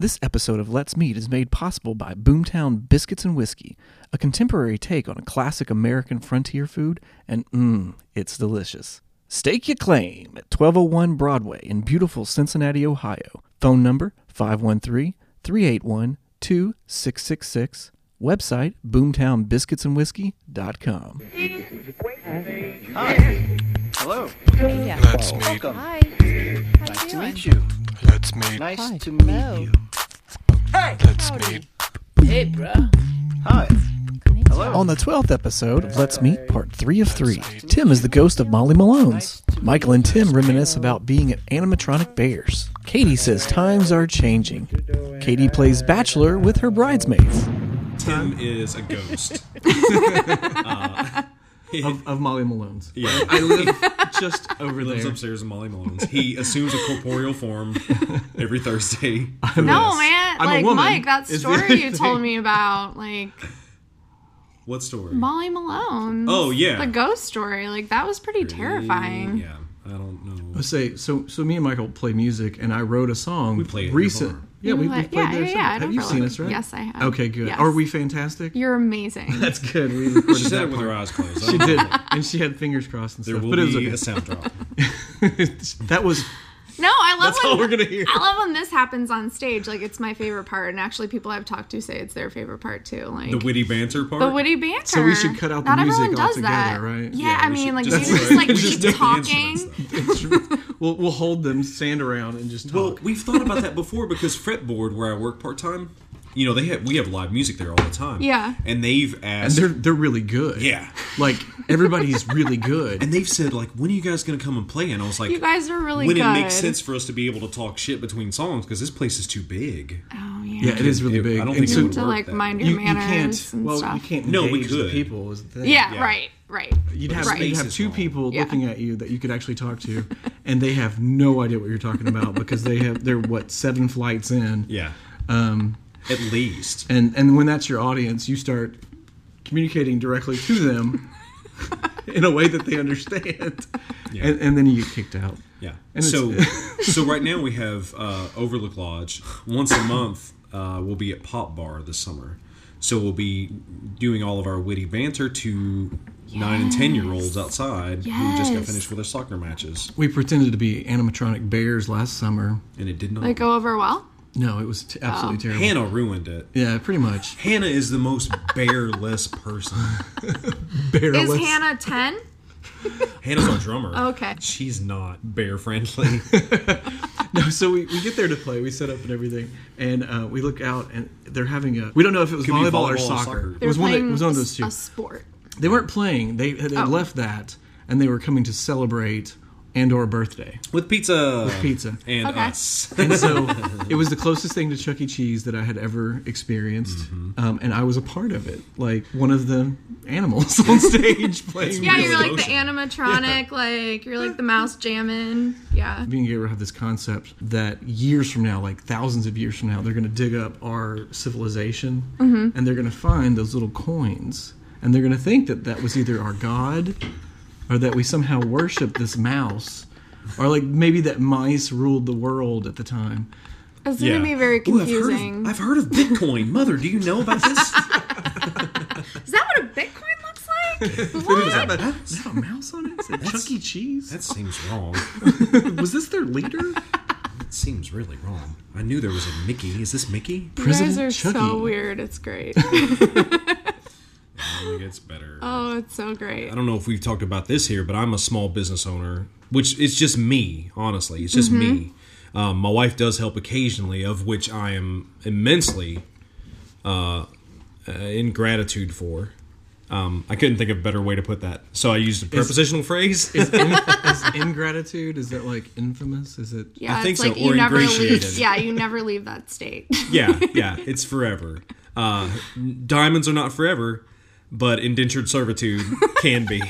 This episode of Let's Meet is made possible by Boomtown Biscuits and Whiskey, a contemporary take on a classic American frontier food, and mmm, it's delicious. Stake your claim at 1201 Broadway in beautiful Cincinnati, Ohio. Phone number 513 381 2666. Website boomtownbiscuitsandwhiskey.com. Hello. Let's meet. Welcome. Hi. Nice to How you meet you. Let's meet. Nice Hi. to meet Hello. you. Let's meet. Hi. doing? Hello. On the 12th episode of Let's Meet, part 3 of 3, Tim is the ghost of Molly Malone's. Michael and Tim reminisce about being at animatronic bears. Katie says times are changing. Katie plays Bachelor with her bridesmaids. Tim is a ghost. Of, of Molly Malone's. Yeah, I live just over lives upstairs in Molly Malone's. He assumes a corporeal form every Thursday. No, man. I'm a like woman, Mike, that is the story other you told me about, like What story? Molly Malone. Oh, yeah. the ghost story. Like that was pretty terrifying. Yeah, I don't know. Say so. So me and Michael play music, and I wrote a song. We play it in the bar. Yeah, we, You we let- played yeah, there. yeah, yeah, I Have don't you really- seen us, right? yes, I have. Okay, good. Yes. Are we fantastic? You're amazing. That's good. We recorded She said that it with part. her eyes closed. I She don't did, know. and she had fingers crossed and There stuff. will But it was be okay. a sound drop. that was no, I love that's when all we're gonna hear. I love when this happens on stage. Like it's my favorite part, and actually, people I've talked to say it's their favorite part too. Like The witty banter part. the witty banter. So we should cut out the Not everyone music does that. altogether, right? Yeah, Yeah, I we mean, should like just- you just like Just keep do the instruments, talking. though. we'll we'll hold them stand around and just talk. Well, we've thought about that before because fretboard where I work part time, you know, they have we have live music there all the time. Yeah. and they've and asked. they're they're really good. yeah, like everybody's really good. and they've said like, when are you guys going to come and play? And I was like, You guys are really when good. it makes sense for us to be able to talk shit between songs because this place is too big. Oh yeah, it is really It- big. I don't and think so it would To work like that mind way. you, your you manners can't. and Well, stuff. you can't. No, we engage the could. people. Is the thing. Yeah, Yeah. right, right. You'd But have, the you'd space have is two small. people Yeah. looking at you that you could actually talk to, and they have no idea what you're talking about because they have they're what seven flights in. Yeah, Um, at least. and and when that's your audience, you start communicating directly to them in a way that they understand, Yeah. and, and then you get kicked out. Yeah. And so, so right now we have uh, Overlook Lodge once a month. Uh, we'll be at Pop Bar this summer, so we'll be doing all of our witty banter to nine and ten year olds outside who just got Yes. finished with their soccer matches, We pretended to be animatronic bears last summer. and it did not. They go over well. No, it was t- Oh. absolutely terrible. Hannah ruined it. yeah, pretty much. Hannah is the most bearless person. Is Bearless. Hannah 10? Hannah's our drummer. Oh, Okay. She's not bear friendly. No, so we, we get there to play. We set up and everything, and uh, we look out, and they're having a. We don't know if it was be volleyball, volleyball or or soccer. soccer. It was They're one. Of, playing it was one of those two. A sport. They weren't playing. They they had left that, and they were coming to celebrate and or birthday With pizza. With pizza. And Okay. us. And so it was the closest thing to Chuck E. Cheese that I had ever experienced, um, and I was a part of it, like one of the animals on stage playing. Yeah, Really you're like the emotional. animatronic, like you're like the mouse jamming. Yeah. being able to have this concept that years from now, like thousands of years from now, they're going to dig up our civilization and they're going to find those little coins and they're going to think that that was either our god or that we somehow worship this mouse or like maybe that mice ruled the world at the time. It's gonna be very Ooh, I've heard of- confusing. I've heard of Bitcoin. Mother, do you know about this? Is that what a Bitcoin looks like? what? Is that a mouse on it? Is it Chuck E. Cheese? That seems wrong. Was this their leader? That seems really wrong. I knew there was a Mickey. Is this Mickey? You guys President are Chuck so E. weird. It's great. It gets better. Oh, it's so great. I don't know if we've talked about this here, but I'm a small business owner, which it's just me, honestly. It's just me. Um, my wife does help occasionally, of which I am immensely uh, uh, in gratitude for. Um, I couldn't think of a better way to put that, so I used a prepositional phrase. Is, in, is ingratitude? Is that like infamous? Is it? Yeah, I think it's so, like or you never ingratiated. leave. Yeah, you never leave that state. yeah, yeah, it's forever. Uh, diamonds are not forever, but indentured servitude can be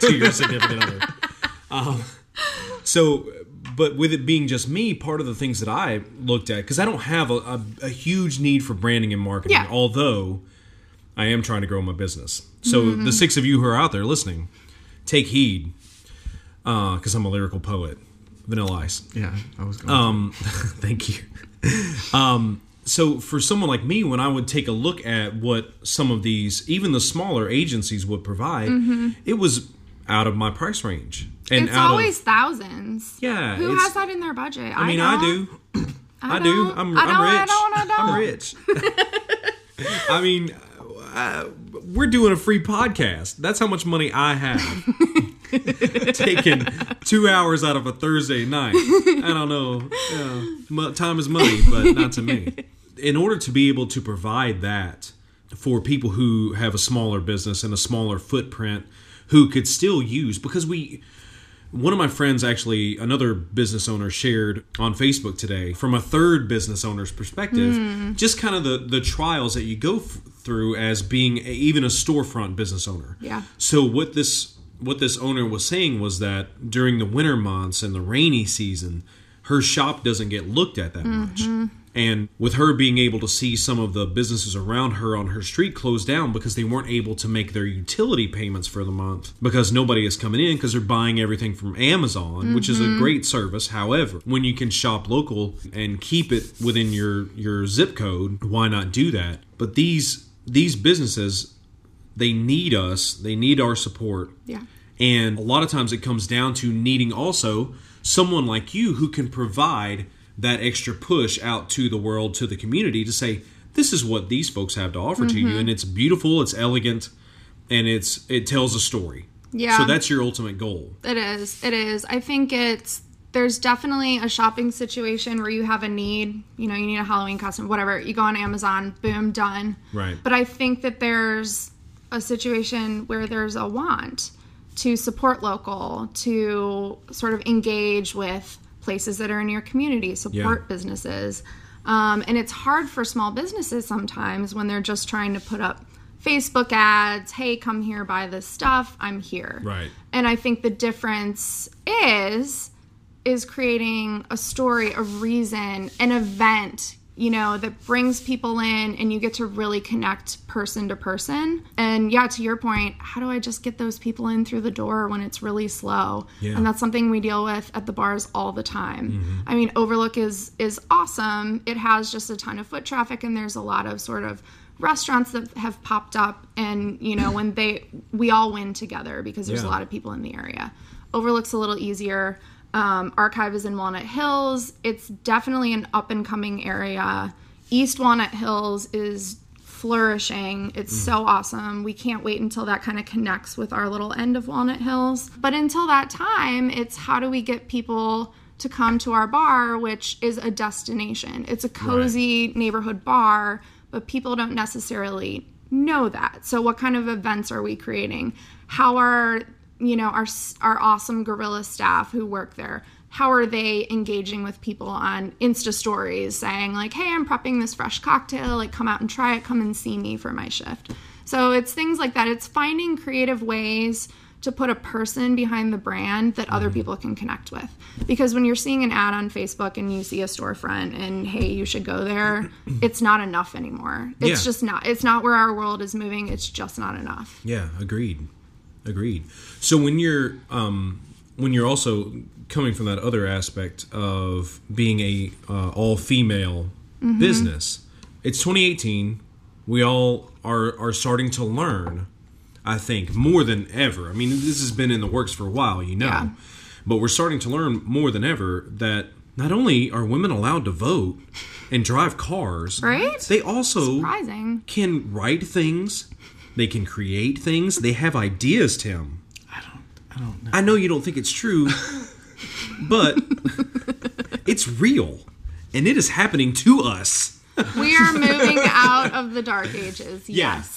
to your significant other. Um, so, but with it being just me, part of the things that I looked at because I don't have a, a, a huge need for branding and marketing, Yeah. although I am trying to grow my business. So, the six uh, of you who are out there listening, take heed because I'm a lyrical poet. Vanilla Ice. Yeah, I was going. Um, thank you. Um, so for someone like me, when I would take a look at what some of these, even the smaller agencies, would provide, it was out of my price range. Mm-hmm. And it's out always of, thousands. Yeah, Who it's- has that in their budget? I mean, I don't. do. I, I do. don't. I'm, I am don't, rich. I don't, I am don't. rich. I mean, uh, we're doing a free podcast. That's how much money I have. Taking two hours out of a Thursday night. I don't know. Yeah. Mo- time is money, but not to me. In order to be able to provide that for people who have a smaller business and a smaller footprint, who could still use because we one of my friends, actually, another business owner, shared on Facebook today from a third business owner's perspective, just kind of the, the trials that you go f- through as being a, even a storefront business owner. Yeah. So what this what this owner was saying was that during the winter months and the rainy season, her shop doesn't get looked at that much. And with her being able to see some of the businesses around her on her street close down because they weren't able to make their utility payments for the month because nobody is coming in because they're buying everything from Amazon, which is a great service. However, when you can shop local and keep it within your your zip code, why not do that? But these these businesses they need us they need our support Yeah. and a lot of times it comes down to needing also someone like you who can provide that extra push out to the world to the community to say this is what these folks have to offer to Mm-hmm. you and it's beautiful it's elegant and it's it tells a story Yeah. so that's your ultimate goal It is. It is. I think it's there's definitely a shopping situation where you have a need, you know, you need a Halloween costume, whatever. You go on Amazon, boom, done. Right. But I think that there's a situation where there's a want to support local, to sort of engage with places that are in your community, support businesses. Um, and it's hard for small businesses sometimes when they're just trying to put up Facebook ads, hey, come here, buy this stuff, I'm here. Right. And I think the difference is is creating a story, a reason, an event, you know, that brings people in and you get to really connect person to person. And yeah, to your point, how do I just get those people in through the door when it's really slow? Yeah. Mm-hmm. And that's something we deal with at the bars all the time. I mean, Overlook is is awesome. It has just a ton of foot traffic and there's a lot of sort of restaurants that have popped up and you know when they we all win together because there's Yeah. a lot of people in the area overlooks a little easier um, archive is in walnut hills it's definitely an up and coming area east walnut hills is flourishing it's so awesome we can't wait until that kind of connects with our little end of walnut hills but until that time it's how do we get people to come to our bar, which is a destination. It's a cozy neighborhood bar, but people don't necessarily know that. So what kind of events are we creating? How are, you know, our s- our awesome gorilla staff who work there? How are they engaging with people on Insta stories saying like, "Hey, I'm prepping this fresh cocktail, like come out and try it, come and see me for my shift." So it's things like that. It's finding creative ways to put a person behind the brand that other people can connect with. Because when you're seeing an ad on Facebook and you see a storefront and hey, you should go there, it's not enough anymore. It's Yeah. just not it's not where our world is moving. It's just not enough. Yeah, agreed. Agreed. So when you're um, when you're also coming from that other aspect of being a uh, all female Mm-hmm. business, it's 2018. We all are are starting to learn. I think more than ever. I mean, this has been in the works for a while, you know, Yeah. but we're starting to learn more than ever that not only are women allowed to vote and drive cars, Right? They also Surprising. can write things. They can create things. They have ideas, Tim. I don't. I don't know. I know you don't think it's true, but it's real. And it is happening to us. We are moving out of the dark ages. Yeah. Yes.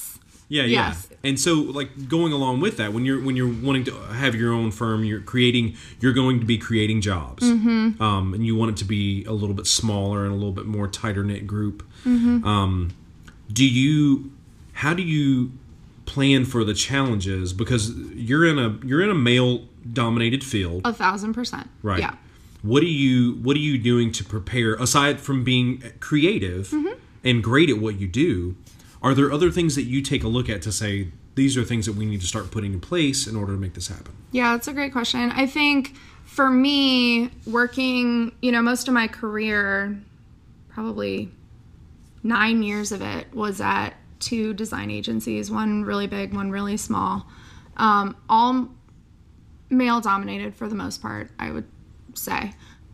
Yeah, yeah. Yes. And so like going along with that, when you're when you're wanting to have your own firm, you're creating you're going to be creating jobs. Mm-hmm. Um, and you want it to be a little bit smaller and a little bit more tighter knit group. Mm-hmm. Um, do you how do you plan for the challenges because you're in a you're in a male dominated field A thousand percent. right Yeah. what are you what are you doing to prepare aside from being Mm-hmm. creative and great at what you do are there other things that you take a look at to say these are things that we need to start putting in place in order to make this happen. Yeah, that's a great question. I think for me, working, you know, most of my career, probably nine years of it, was at two design agencies one really big, one really small. Um, all male dominated for the most part, I would say.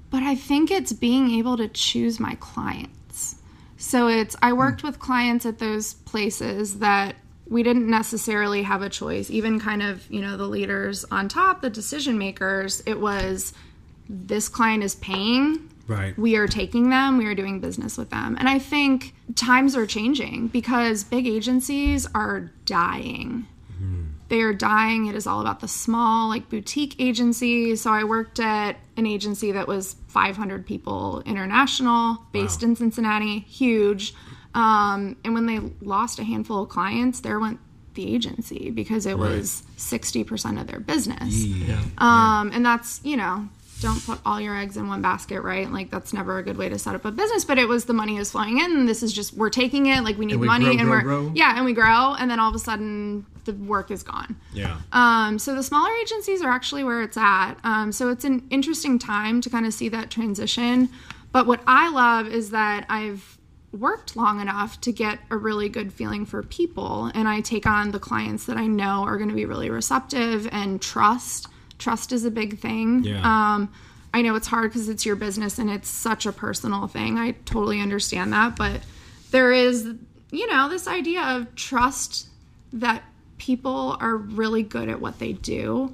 But I think it's being able to choose my clients. So it's, I worked with clients at those places that we didn't necessarily have a choice. Even kind of, you know, the leaders on top, the decision makers, it was this client is paying. Right. We are taking them, we are doing business with them. And I think times are changing because big agencies are dying they are dying. It is all about the small, like boutique agency. So I worked at an agency that was 500 people international, based in Cincinnati, huge. Um, and when they lost a handful of clients, there went the agency because it was 60% of their business. Yeah. Um, and that's, you know, don't put all your eggs in one basket, right? Like that's never a good way to set up a business. But it was the money is flying in. And this is just we're taking it. Like we need we money, grow, and grow, we're grow. yeah, and we grow, and then all of a sudden the work is gone. yeah. Um, so the smaller agencies are actually where it's at. Um, so it's an interesting time to kind of see that transition. But what I love is that I've worked long enough to get a really good feeling for people, and I take on the clients that I know are going to be really receptive and trust. Trust is a big thing. Yeah. Um, I know it's hard because it's your business and it's such a personal thing. I totally understand that, but there is, you know, this idea of trust that people are really good at what they do.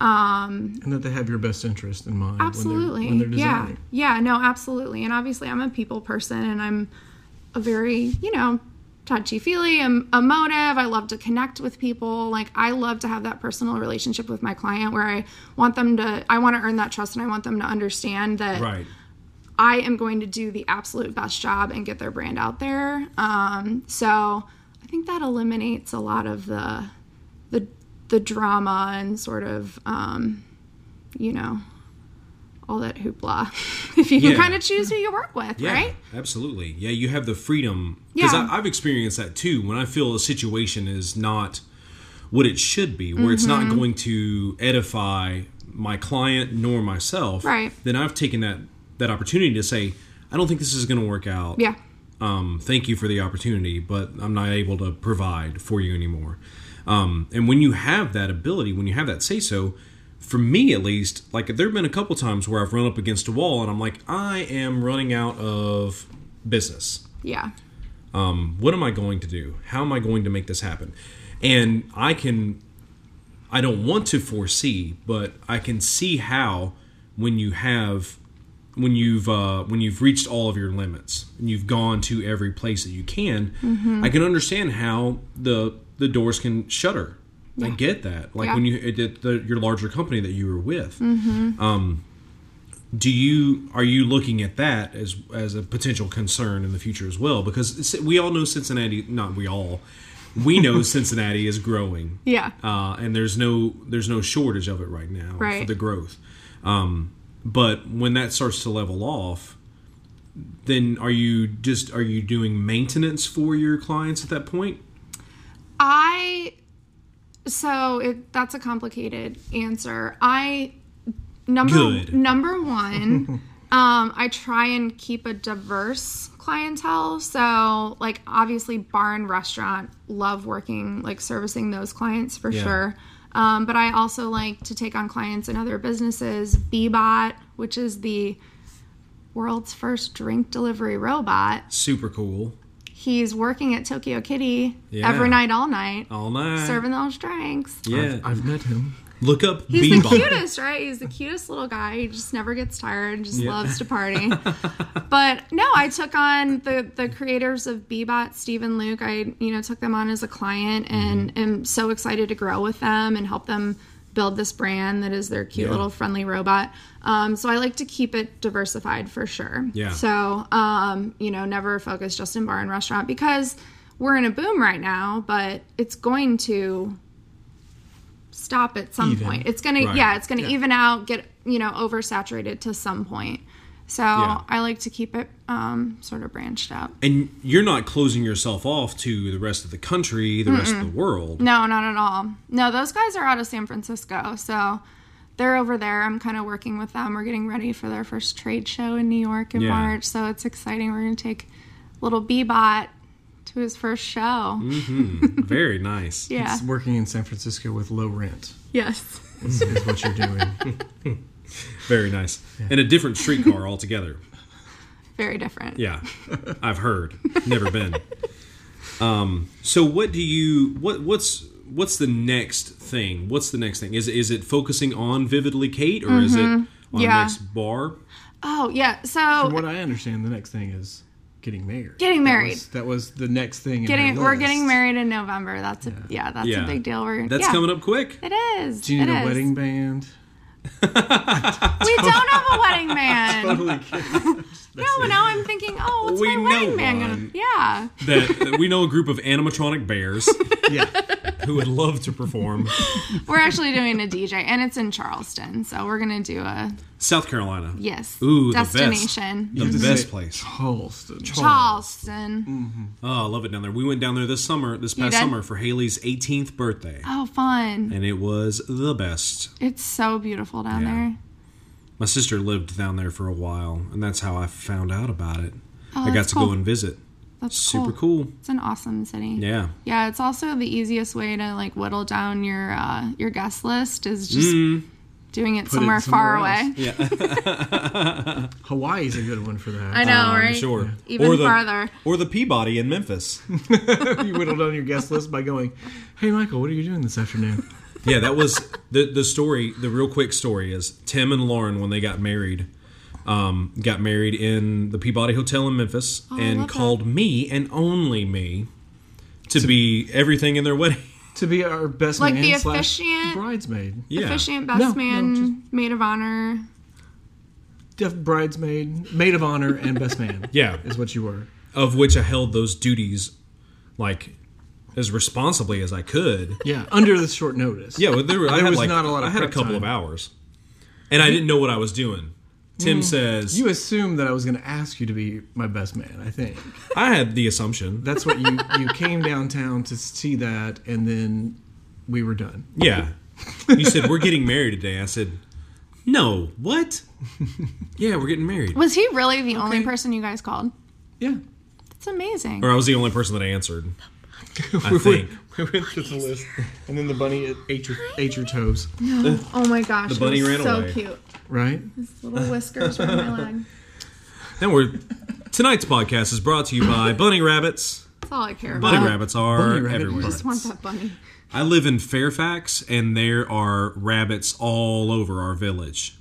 Um, And that they have your best interest in mind. absolutely. When they're, when they're yeah. designing. Yeah. No, absolutely. And obviously, I'm a people person and I'm a very, you know, touchy feely, I'm emotive. I love to connect with people. Like, I love to have that personal relationship with my client where I want them to, I want to earn that trust and I want them to understand that. Right. I am going to do the absolute best job and get their brand out there. Um, so I think that eliminates a lot of the the the drama and sort of um, you know all that hoopla. if you Yeah. can kind of choose who you work with, Yeah, right? absolutely. Yeah, you have the freedom because Yeah. I've experienced that too. When I feel a situation is not what it should be, where it's Mm-hmm. not going to edify my client nor myself, Right. Then I've taken that that opportunity to say, I don't think this is going to work out. Yeah. Um, thank you for the opportunity, but I'm not able to provide for you anymore. Um, and when you have that ability, when you have that say so, for me at least, like there have been a couple times where I've run up against a wall and I'm like, I am running out of business. Yeah. What am I going to do? How am I going to make this happen? And I can, I don't want to foresee, but I can see how when you have, when you've uh, when you've reached all of your limits and you've gone to every place that you can, Mm-hmm. I can understand how the the doors can shutter. I get that. Like Yeah. Mm-hmm. when you it, it, the, your larger company that you were with. Um, do you are you looking at that as as a potential concern in the future as well? Because it's- we all know Cincinnati. Not we all. We know Cincinnati is growing. Yeah. Uh, and there's no there's no shortage of it right now for Right. the growth. Um, but when that starts to level off, then are you just are you doing maintenance for your clients at that point? I so it, that's a complicated answer. I number Good. number one, um, I try and keep a diverse clientele. So like obviously bar and restaurant love working like servicing those clients for Yeah. sure. Um, but I also like to take on clients in other businesses. Bebot, which is the world's first drink delivery robot, Super cool. he's working at Tokyo Kitty Yeah. every night, all night All night. serving those drinks. yeah. I've met him. Look up He's the Bebop. cutest, right? He's the cutest little guy. He just never gets tired. Just loves to party. but no, I took on the the creators of Bebot, Steve and Luke. I you know took them on as a client, and Mm-hmm. am so excited to grow with them and help them build this brand that is their cute Yeah. little friendly robot. Um, so I like to keep it diversified for sure. Yeah. So um, you know, never focus just in bar and restaurant because we're in a boom right now, but it's going to stop at some Even. point. It's gonna Right. yeah, it's gonna even out, get you know, oversaturated to some point. So Yeah. I like to keep it um, sort of branched out. And you're not closing yourself off to the rest of the country, the rest of the world. No, not at all. No, those guys are out of San Francisco, so they're over there. I'm kind of working with them. We're getting ready for their first trade show in New York in Yeah. March, so it's exciting. We're gonna take little Bebot to his first show. Very nice. Yeah. It's working in San Francisco with low rent Yes. is, is what you're doing. Very nice. And a different streetcar altogether. Very different. Yeah. I've heard. Never been. Um, so what do you what what's what's the next thing? What's the next thing? Is is it focusing on vividly Kate or is it on Mm-hmm. Yeah. next bar? Oh yeah. From So what I understand, the next thing is getting married. Getting That married. was- That was, the next thing. in getting her we're list. getting married in November. That's a yeah. That's Yeah. a big deal. We're That's yeah. coming up quick. It is. Do you need It a is. wedding band? We don't have a wedding man. Holy cow. no, now I'm thinking, oh, what's We my know wedding man gonna? one. Yeah. That we know a group of animatronic bears who would love to perform. We're actually doing a DJ, and it's in Charleston, so we're gonna do a South Carolina. yes Ooh, the best. destination. The Just best say place. Charleston. Charleston. Oh, I love it down there. We went down there this summer, this past did? summer for Haley's 18th birthday, Oh, fun! and it was the best. It's so beautiful down Yeah. there. My sister lived down there for a while, and that's how I found out about it. Oh, I got that's to go cool. and visit. That's Super cool. cool. It's an awesome city. Yeah. Yeah, it's also the easiest way to like whittle down your uh, your guest list is just Mm-hmm. doing it it somewhere, far somewhere away. else. Hawaii's a good one for that. I know, right? Um, Sure. Even or the, farther. Or the Peabody in Memphis. you whittled on your guest list by going, "Hey, Michael, what are you doing this afternoon?" yeah, that was the the story. The real quick story is Tim and Lauren when they got married, um, got married in the Peabody Hotel in Memphis, Oh, I and love that. called me and only me to be everything in their wedding. to be our best Like man the slash officiant? bridesmaid, Yeah, Officiant, best No, no, man, maid of honor. Def bridesmaid, maid of honor, and best man. yeah. is what you were. Of which I held those duties, like as responsibly as I could. Yeah, under the short notice. Yeah, well, there, were, I There had was like, not a lot of I had a prep couple of time. hours, and I didn't know what I was doing. Tim says You assumed that I was going to ask you to be my best man. I think I had the assumption. that's what you you came downtown to see that, and then we were done. Yeah, you said we're getting married today. I said, no, what? Yeah, we're getting married. Was he really the only Okay. person you guys called? Yeah, That's amazing. Or I was the only person that answered. I we, think we went through the list, and then the bunny ate your ate your toes. Oh my gosh, the bunny ran so away. cute. Right? His little whiskers were on my leg. then we're tonight's podcast is brought to you by bunny rabbits. That's all I care about. Bunny rabbits are bunny rabbit everywhere. parts. just want that bunny. I live in Fairfax, and there are rabbits all over our village,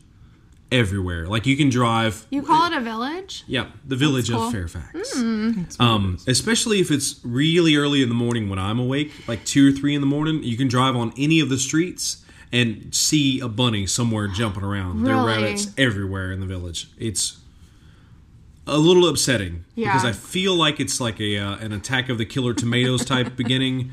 everywhere. Like you can drive You call it a village? Yeah, the village cool. Hmm. of Fairfax. Um, especially if it's really early in the morning when I'm awake, like two or three in the morning, you can drive on any of the streets and see a bunny somewhere jumping around. There are Really? rabbits everywhere in the village. It's a little upsetting because Yeah. I feel like it's like a uh, an attack of the killer tomatoes type beginning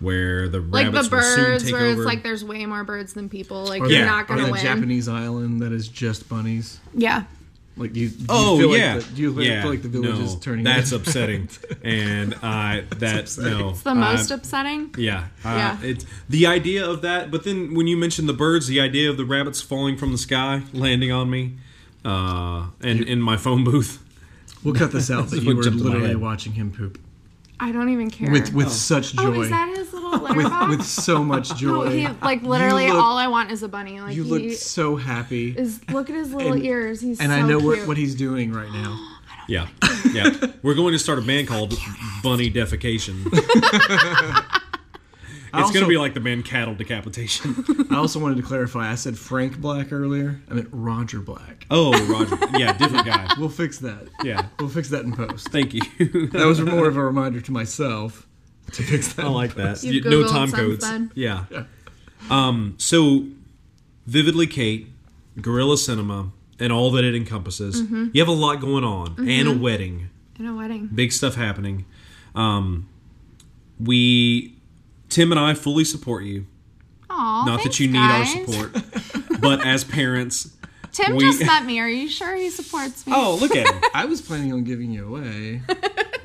where the Like rabbits the will soon birds, take where over. Oh, it's like there's way more birds than people. Like Or you're Yeah, not Or gonna that win. Japanese island that is just bunnies. yeah. Like do you, do you Oh feel yeah, like the, do you yeah. feel like the village no, is turning? That's in? upsetting, and I that no, It's the most I- upsetting. Yeah, uh, Yeah. It's the idea of that, but then when you mentioned the birds, the idea of the rabbits falling from the sky, landing on me, uh, and in my phone booth. We'll cut this out. But what you were jumped in my literally head. watching him poop I don't even care. with with such joy, oh, is that his little litter box? with so much joy. no, he like literally You look- all I want is a bunny. Like you he looked so happy, is look at his little and- ears. He's and so I know cute. what what he's doing right now. Yeah, yeah. We're going to start a band called Bunny Defecation. it's I going to also- be like the band Cattle Decapitation. I also wanted to clarify. I said Frank Black earlier. I meant Roger Black. Oh, Roger. Yeah, different guy. We'll fix that. Yeah. We'll fix that in post. Thank you. That was more of a reminder to myself to fix that. I like that. You've You- no Googled time since codes. then. Yeah. Um, so, Vividly Kate, Gorilla Cinema, and all that it encompasses. You have a lot going on, and a wedding. in a wedding. Big stuff happening. Um, we, Tim and I, fully support you. Aw, Not Oh, thanks, that you need guys. our support, but as parents, Tim We- just met me. Are you sure he supports me? Oh, look at him. I was planning on giving you away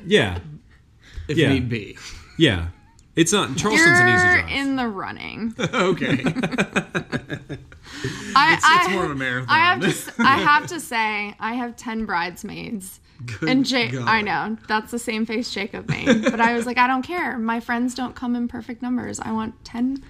Yeah. if Yeah. need be. Yeah. It's not Charleston's an easy You're drive. in the running. okay, it's, I, I, more of a marathon. I have to. s- I have to say, I have ten bridesmaids, and Jake. God. I know that's the same face Jacob made, but I was like, I don't care. My friends don't come in perfect numbers. I want ten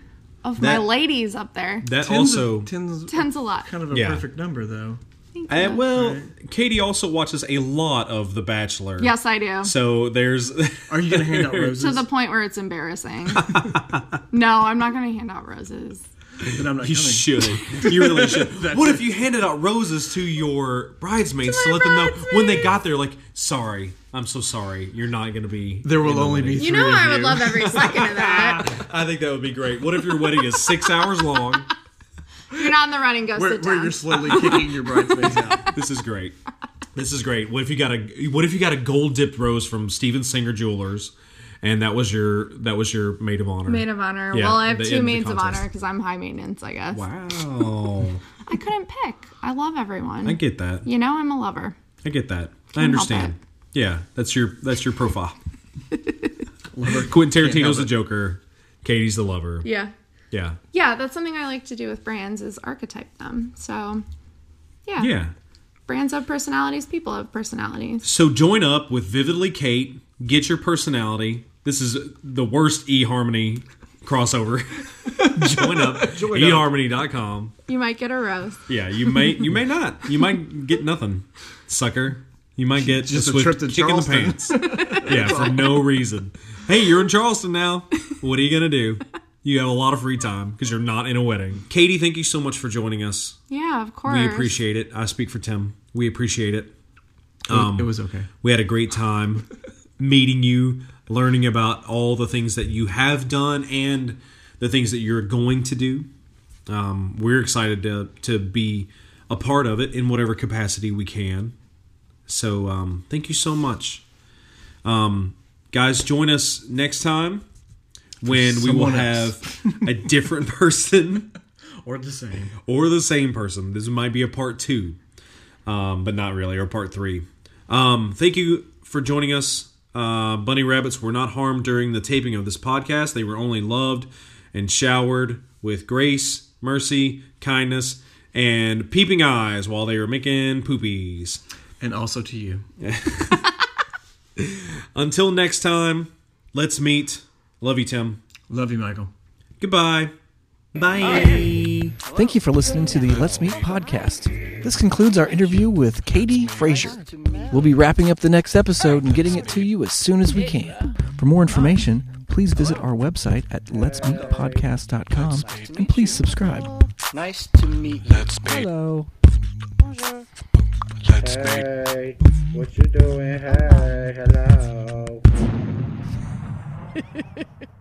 of my That- ladies up there. that Tens of- also tens Ten's a lot. kind of a Yeah. perfect number though. Thanks, Uh, Matt. well, Katie also watches a lot of The Bachelor. yes, I do. So there's Are you gonna hand out roses? to the point where it's embarrassing. no, I'm not going to hand out roses. Then I'm not you coming. should. You really should. what if you handed out roses to your bridesmaids to, my let them know when they got there like, "Sorry, I'm so sorry. You're not going to be there in will the only wedding." be three You know, of I would you. love every second of that. I think that would be great. What if your wedding is 6 hours long? You're not in the running. Go where, sit where down. you're slowly kicking your bridesmaids out. This is great. This is great. What if you got a what if you got a gold dipped rose from Steven Singer Jewelers and that was your that was your maid of honor? Maid of honor. Yeah, well, I have the- two in the maids of contest. honor because I'm high maintenance, I guess. Wow. I couldn't pick. I love everyone. I get that. You know, I'm a lover. I get that. I Can't help understand. Yeah, that's your that's your profile. Quentin Tarantino's the Joker. Katie's the lover. Yeah. Yeah. Yeah, that's something I like to do with brands is archetype them. So, yeah. Yeah. Brands have personalities, people have personalities. So join up with Vividly Kate. Get your personality. This is the worst eHarmony crossover. join up. eHarmony.com. You might get a rose. Yeah, you may you may not. You might get nothing, sucker. You might get Just a a swift trip to kick in the pants. yeah, for no reason. Hey, you're in Charleston now. What are you gonna do? You have a lot of free time because you're not in a wedding. Katie, thank you so much for joining us. Yeah, of course. We appreciate it. I speak for Tim. We appreciate it. Um, it was okay. We had a great time meeting you, learning about all the things that you have done and the things that you're going to do. Um, we're excited to, to be a part of it in whatever capacity we can. So, um, thank you so much. Um, guys, join us next time when we will Someone else. have a different person Or the same. or the same person. This might be a part two, um, but not really, or part three. Um, thank you for joining us. Uh, bunny rabbits were not harmed during the taping of this podcast. They were only loved and showered with grace, mercy, kindness, and peeping eyes while they were making poopies. And also to you. Until next time, let's meet. Love you, Tim. Love you, Michael. Goodbye. Bye. Thank you for listening to the Let's Meet podcast. This concludes our interview with Katie Frazier. We'll be wrapping up the next episode and getting it to you as soon as we can. For more information, please visit our website at letsmeetpodcast.com and please subscribe. Nice to meet you. Let's meet. Hello. Let's meet. Hey, what you doing? Hey, hello.